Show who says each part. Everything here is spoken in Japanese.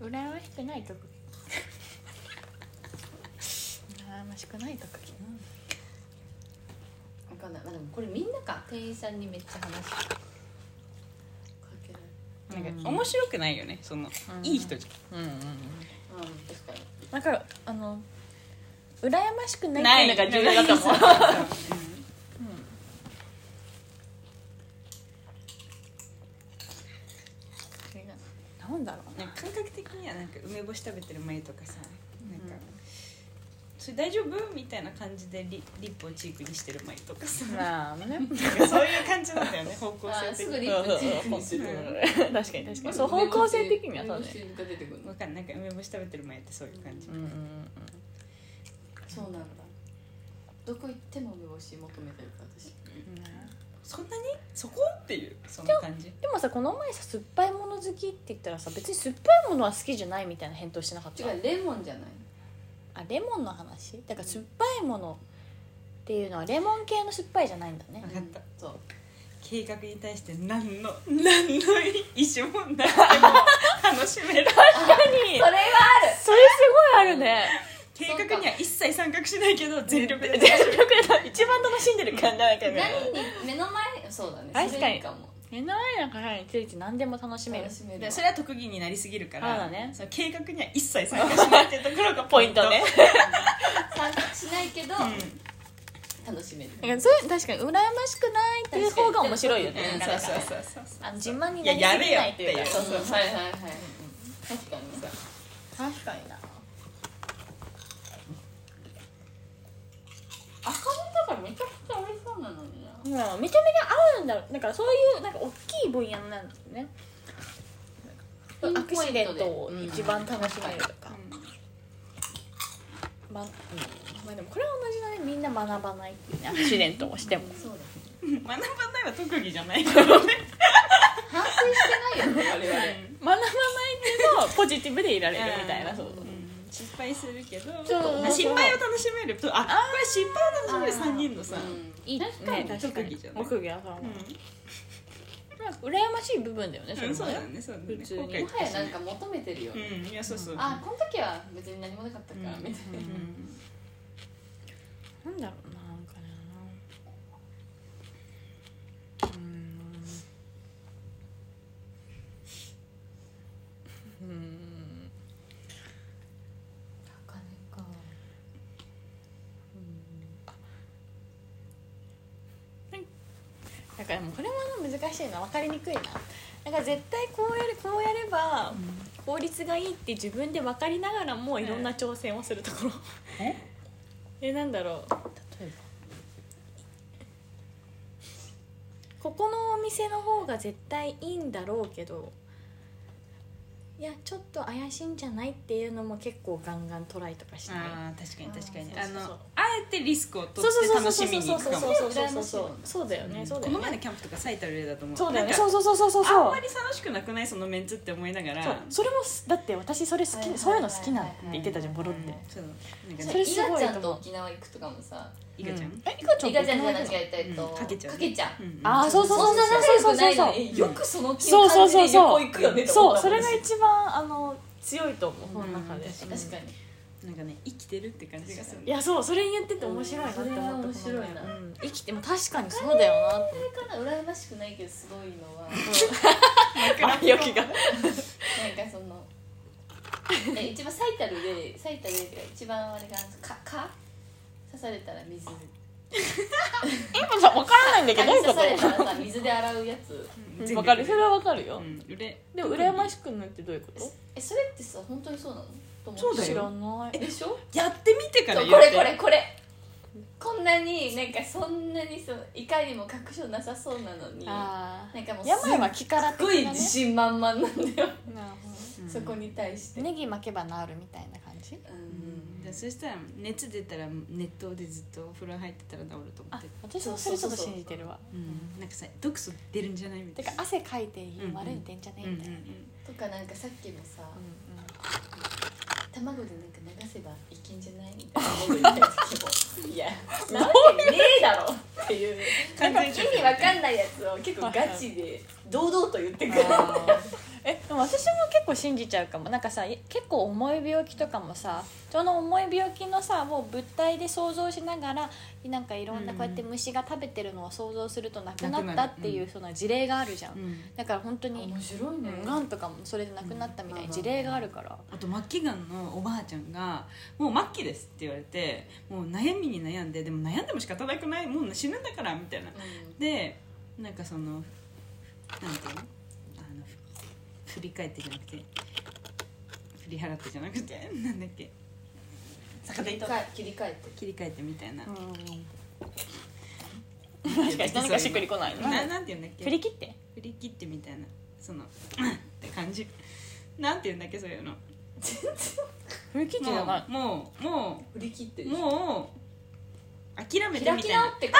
Speaker 1: 羨ましくない特技羨ましくない特技な
Speaker 2: 分かんないまあでもこれみんなか店員さんにめっちゃ話しかけられ
Speaker 1: うん
Speaker 2: る
Speaker 3: なんか面白くないよねその、
Speaker 1: うん
Speaker 3: いい人じ
Speaker 1: うんうん
Speaker 2: あー確かに
Speaker 1: だからあの羨ましく
Speaker 3: ゃ
Speaker 1: なんい
Speaker 3: ないのが重要だと思う
Speaker 1: それがなんだろう
Speaker 3: なんか感覚的にはなんか梅干し食べてる前とかさなんか、それ大丈夫みたいな感じでリリップをチークにしてる前とかさ
Speaker 1: まあね
Speaker 3: なんかそういう感じなんだよ ね方向
Speaker 2: あー
Speaker 3: 性的
Speaker 2: すぐリ
Speaker 3: に
Speaker 2: ップチークにする
Speaker 3: うん
Speaker 1: 確かに確かにそう方向性的にはそうだね
Speaker 2: ね出てくる
Speaker 3: わかんないなんか梅干し食べてる前ってそういう感じ、
Speaker 1: うんうんうん
Speaker 2: そうなんだどこ行っても梅干し求めてるから私
Speaker 3: そんなにそこっていうその感じ
Speaker 1: でもさこの前さ酸っぱいもの好きって言ったらさ別に酸っぱいものは好きじゃないみたいな返答してなかった
Speaker 2: 違うレモンじゃない
Speaker 1: あレモンの話だから酸っぱいものっていうのはレモン系の酸っぱいじゃないんだね
Speaker 3: わかった
Speaker 2: そう
Speaker 3: 計画に対して何の何の意思も なくても楽し め
Speaker 1: 何
Speaker 2: それ
Speaker 3: る
Speaker 2: は
Speaker 1: それすごいあるね
Speaker 3: 計画には一切参画しないけど全力で 楽し
Speaker 1: 全力で一番楽しんでる感じだけ
Speaker 2: ある
Speaker 1: ど
Speaker 2: 何に目の前そうだね
Speaker 1: 確かに
Speaker 2: それいいかも
Speaker 1: 目の前の鏡について何でも楽しめる
Speaker 2: 楽しめ
Speaker 3: む
Speaker 2: る
Speaker 3: で
Speaker 2: わ
Speaker 3: それは特技になりすぎるから
Speaker 1: そうだね
Speaker 3: その計画には一切参加しないっていうとこ ろがポイント
Speaker 2: 参加しないけど
Speaker 3: う
Speaker 2: 楽しめる
Speaker 1: なんかそういう確かに羨ましくないっていう方が面白いよね
Speaker 3: ん、うん、
Speaker 1: なん
Speaker 3: そう
Speaker 1: か
Speaker 3: そうそうそうそう
Speaker 1: あの自慢に
Speaker 3: い
Speaker 1: な
Speaker 3: や
Speaker 1: りす
Speaker 3: やれ
Speaker 1: ぎ
Speaker 3: よ
Speaker 1: ない
Speaker 3: っ
Speaker 1: と
Speaker 3: て
Speaker 1: いう
Speaker 3: い
Speaker 1: か
Speaker 3: う
Speaker 2: そうそうはいはいはい確かにさ
Speaker 1: 確かにな
Speaker 2: 赤身だからめちゃくちゃ美味しそうなのにな
Speaker 1: うん、めちゃめちゃ合うんだろうだからそういうなんか大きい分野なんだよね
Speaker 2: ピン
Speaker 1: アク
Speaker 2: ポイ
Speaker 1: シデン
Speaker 2: トで
Speaker 1: トを一番楽しめるとか、
Speaker 3: うん
Speaker 1: まうんまあでもこれは同じだねみんな学ばないっていうねアクシデントを しても
Speaker 2: そうだ
Speaker 3: 学ばないは特技じゃないからね
Speaker 2: 反省してないよね我々
Speaker 1: 学ばないけどポジティブでいられるみたいな、そう
Speaker 3: うん失敗するけど
Speaker 1: そうそうそう
Speaker 3: 失敗を楽しめるとあこれ失敗を楽しめる3人のさ、
Speaker 2: いい確かに
Speaker 3: ね特技じゃない
Speaker 1: 特技はそう、
Speaker 3: う
Speaker 1: まあ羨ましい部分だよねそれ
Speaker 3: ん、
Speaker 1: も
Speaker 3: そうだ
Speaker 1: ね
Speaker 3: ねそうだね
Speaker 1: 普通に
Speaker 3: 後
Speaker 2: も
Speaker 3: 悔と
Speaker 2: は
Speaker 3: か
Speaker 2: や
Speaker 3: し
Speaker 2: なんか求めてるよ
Speaker 3: う
Speaker 2: ね
Speaker 3: んいやそうそう
Speaker 2: あこの時は別に何もなかった
Speaker 3: う
Speaker 2: か
Speaker 3: ん
Speaker 2: らみたいな
Speaker 1: なんだろうななんかねうーんうーん
Speaker 2: 金か
Speaker 1: だからもうこれもな難しいな分かりにくいなだから絶対こうやるこうやれば効率がいいって自分で分かりながらもいろんな挑戦をするところ
Speaker 3: え
Speaker 1: えなんだろう
Speaker 3: 例えば
Speaker 1: ここのお店の方が絶対いいんだろうけどいやちょっと怪しいんじゃないっていうのも結構ガンガントライとかして
Speaker 3: あー確かに確かに
Speaker 2: あ
Speaker 3: あ
Speaker 2: ー
Speaker 3: の
Speaker 1: そうそうそう
Speaker 3: あえてリスクを取
Speaker 1: そう
Speaker 3: っ
Speaker 1: そうそう
Speaker 3: て楽
Speaker 1: そう
Speaker 3: しみに
Speaker 1: そう
Speaker 3: 行く
Speaker 1: そう
Speaker 3: かも
Speaker 1: そうそうそううそうだよねそうだ
Speaker 3: こ
Speaker 1: よ
Speaker 3: の前の
Speaker 1: ね
Speaker 3: キャンプとか最たる例だと思う
Speaker 1: そうだよね
Speaker 3: なんか
Speaker 1: そうそうそうそうそうそう
Speaker 3: あんまり楽しくなくないそのメンツって思いながら
Speaker 1: そうそれもすだって私それ好
Speaker 2: はいはいはいは
Speaker 1: き
Speaker 2: い
Speaker 1: そういうの好きなのって言ってたじゃんボロっ
Speaker 3: う
Speaker 1: て
Speaker 3: そうなんか
Speaker 1: そ
Speaker 3: ね
Speaker 1: れ
Speaker 2: 伊
Speaker 1: すご
Speaker 2: 賀
Speaker 1: い
Speaker 2: ち
Speaker 1: と
Speaker 2: ゃ
Speaker 1: 思うん
Speaker 2: と沖縄行くとかもさ
Speaker 3: いかちゃん
Speaker 1: えいかちゃん
Speaker 2: 伊賀ちゃんじゃな
Speaker 1: て
Speaker 2: くてえっと
Speaker 3: うんかけちゃん
Speaker 2: かけちゃん
Speaker 3: うん
Speaker 1: あーそうそうそうそうそうそうそう
Speaker 2: そんな仲良くないのによくその気
Speaker 1: そ
Speaker 2: を
Speaker 1: うそ
Speaker 2: 感
Speaker 1: う
Speaker 2: じで
Speaker 1: そう
Speaker 2: 旅行
Speaker 1: そ
Speaker 2: 行くよね
Speaker 1: う
Speaker 2: と
Speaker 1: そ
Speaker 2: 思っ
Speaker 1: う
Speaker 2: た
Speaker 1: それが
Speaker 2: 私
Speaker 1: 一番あの強いと思うこの中で
Speaker 3: うん確
Speaker 2: 確かに
Speaker 3: なんかね生きてるって感じがする
Speaker 1: いやそうそれ言ってて面白いなって思った
Speaker 2: うんそれは面白いな
Speaker 1: うん生きても確かにそうだよなって
Speaker 2: それから羨ましくないけどすごいのはなんか
Speaker 1: 前置きが
Speaker 2: そのえ一番最たる例最たる例っていうか一番あれがかか刺されたら水
Speaker 1: 今さ分からないんだけ
Speaker 2: 蚊
Speaker 1: どどう
Speaker 2: に
Speaker 1: いうこ
Speaker 2: 刺され
Speaker 1: と
Speaker 2: たらさ水で洗うやつ
Speaker 3: 全部
Speaker 1: わかるそれはわかるよ、
Speaker 3: うんうれ
Speaker 1: でも羨ましくないってどういうこ
Speaker 2: えそれってさ本当にそうなのと思って
Speaker 3: そう
Speaker 1: と
Speaker 3: だ
Speaker 1: 知
Speaker 3: よ
Speaker 1: らない
Speaker 2: でしょ
Speaker 3: やってみてから
Speaker 2: そうこ
Speaker 3: 言っ
Speaker 2: れ
Speaker 3: て
Speaker 2: これこれこんなになんかそんなにそのいかにも確証なさそうなのになん
Speaker 1: あ
Speaker 2: かもう
Speaker 1: あ
Speaker 2: すっ
Speaker 1: 病は気から
Speaker 2: ごい自信満々なんだ
Speaker 1: なる
Speaker 2: よ、
Speaker 1: ほ
Speaker 3: うん
Speaker 2: そこに対して、
Speaker 1: どネギ巻けば治るみたいな感じ
Speaker 2: う
Speaker 3: うんんでそしたら熱出たら熱湯でずっとお風呂入ってたら治ると思
Speaker 1: あ
Speaker 3: ってる
Speaker 1: 私もそれちょっと信じてるわ
Speaker 3: うんなんかさ毒素出るんじゃないみた
Speaker 1: て
Speaker 3: いな
Speaker 1: か汗かいて
Speaker 3: うん
Speaker 1: 悪いんでんじゃねえみたいな
Speaker 2: とかなんかさっきもさ卵でなんか流せばいけんじゃないみたいなこと言った時 もいやなわけねえだろっていうなんか意味わかんないやつを結構ガチで堂々と言ってくる
Speaker 1: あー えでも私も結構信じちゃうかもなんかさい結構重い病気とかもさその重い病気のさもう物体で想像しながらなんかいろんな
Speaker 3: うん
Speaker 1: こうやって虫が食べてるのを想像するとなくな
Speaker 3: な
Speaker 1: っ
Speaker 3: く
Speaker 1: た
Speaker 3: なる
Speaker 1: っていう
Speaker 3: うん
Speaker 1: その事例があるじゃん、
Speaker 3: うん
Speaker 1: だから本当に
Speaker 2: 面白いね
Speaker 1: がんとかもそれでなくなったみたいな事例があるから、
Speaker 3: あと末期がんのおばあちゃんが「もう末期です」って言われてもう悩みに悩んででも悩んでも仕方なくないもう死ぬんだからみたいなでなんかそのなんていうのあのふ振り返ってじゃなくて振り払ってじゃなくてなんだっけ逆手
Speaker 2: 切り
Speaker 3: と
Speaker 2: 替え切り替えて
Speaker 3: 切り替えてみたいな、
Speaker 1: 確かに何かしっくりこない
Speaker 3: ななんていうんだっけ
Speaker 1: 振り切って
Speaker 3: 振り切ってみたいなその って感じなんていうんだっけそういうの
Speaker 1: 振り切ってじゃない
Speaker 3: もうもうも
Speaker 2: 振り切って
Speaker 3: うもう諦
Speaker 2: キ
Speaker 3: めて
Speaker 2: ラ
Speaker 3: み
Speaker 2: キ
Speaker 3: たい
Speaker 2: ラ
Speaker 3: な
Speaker 2: ってあ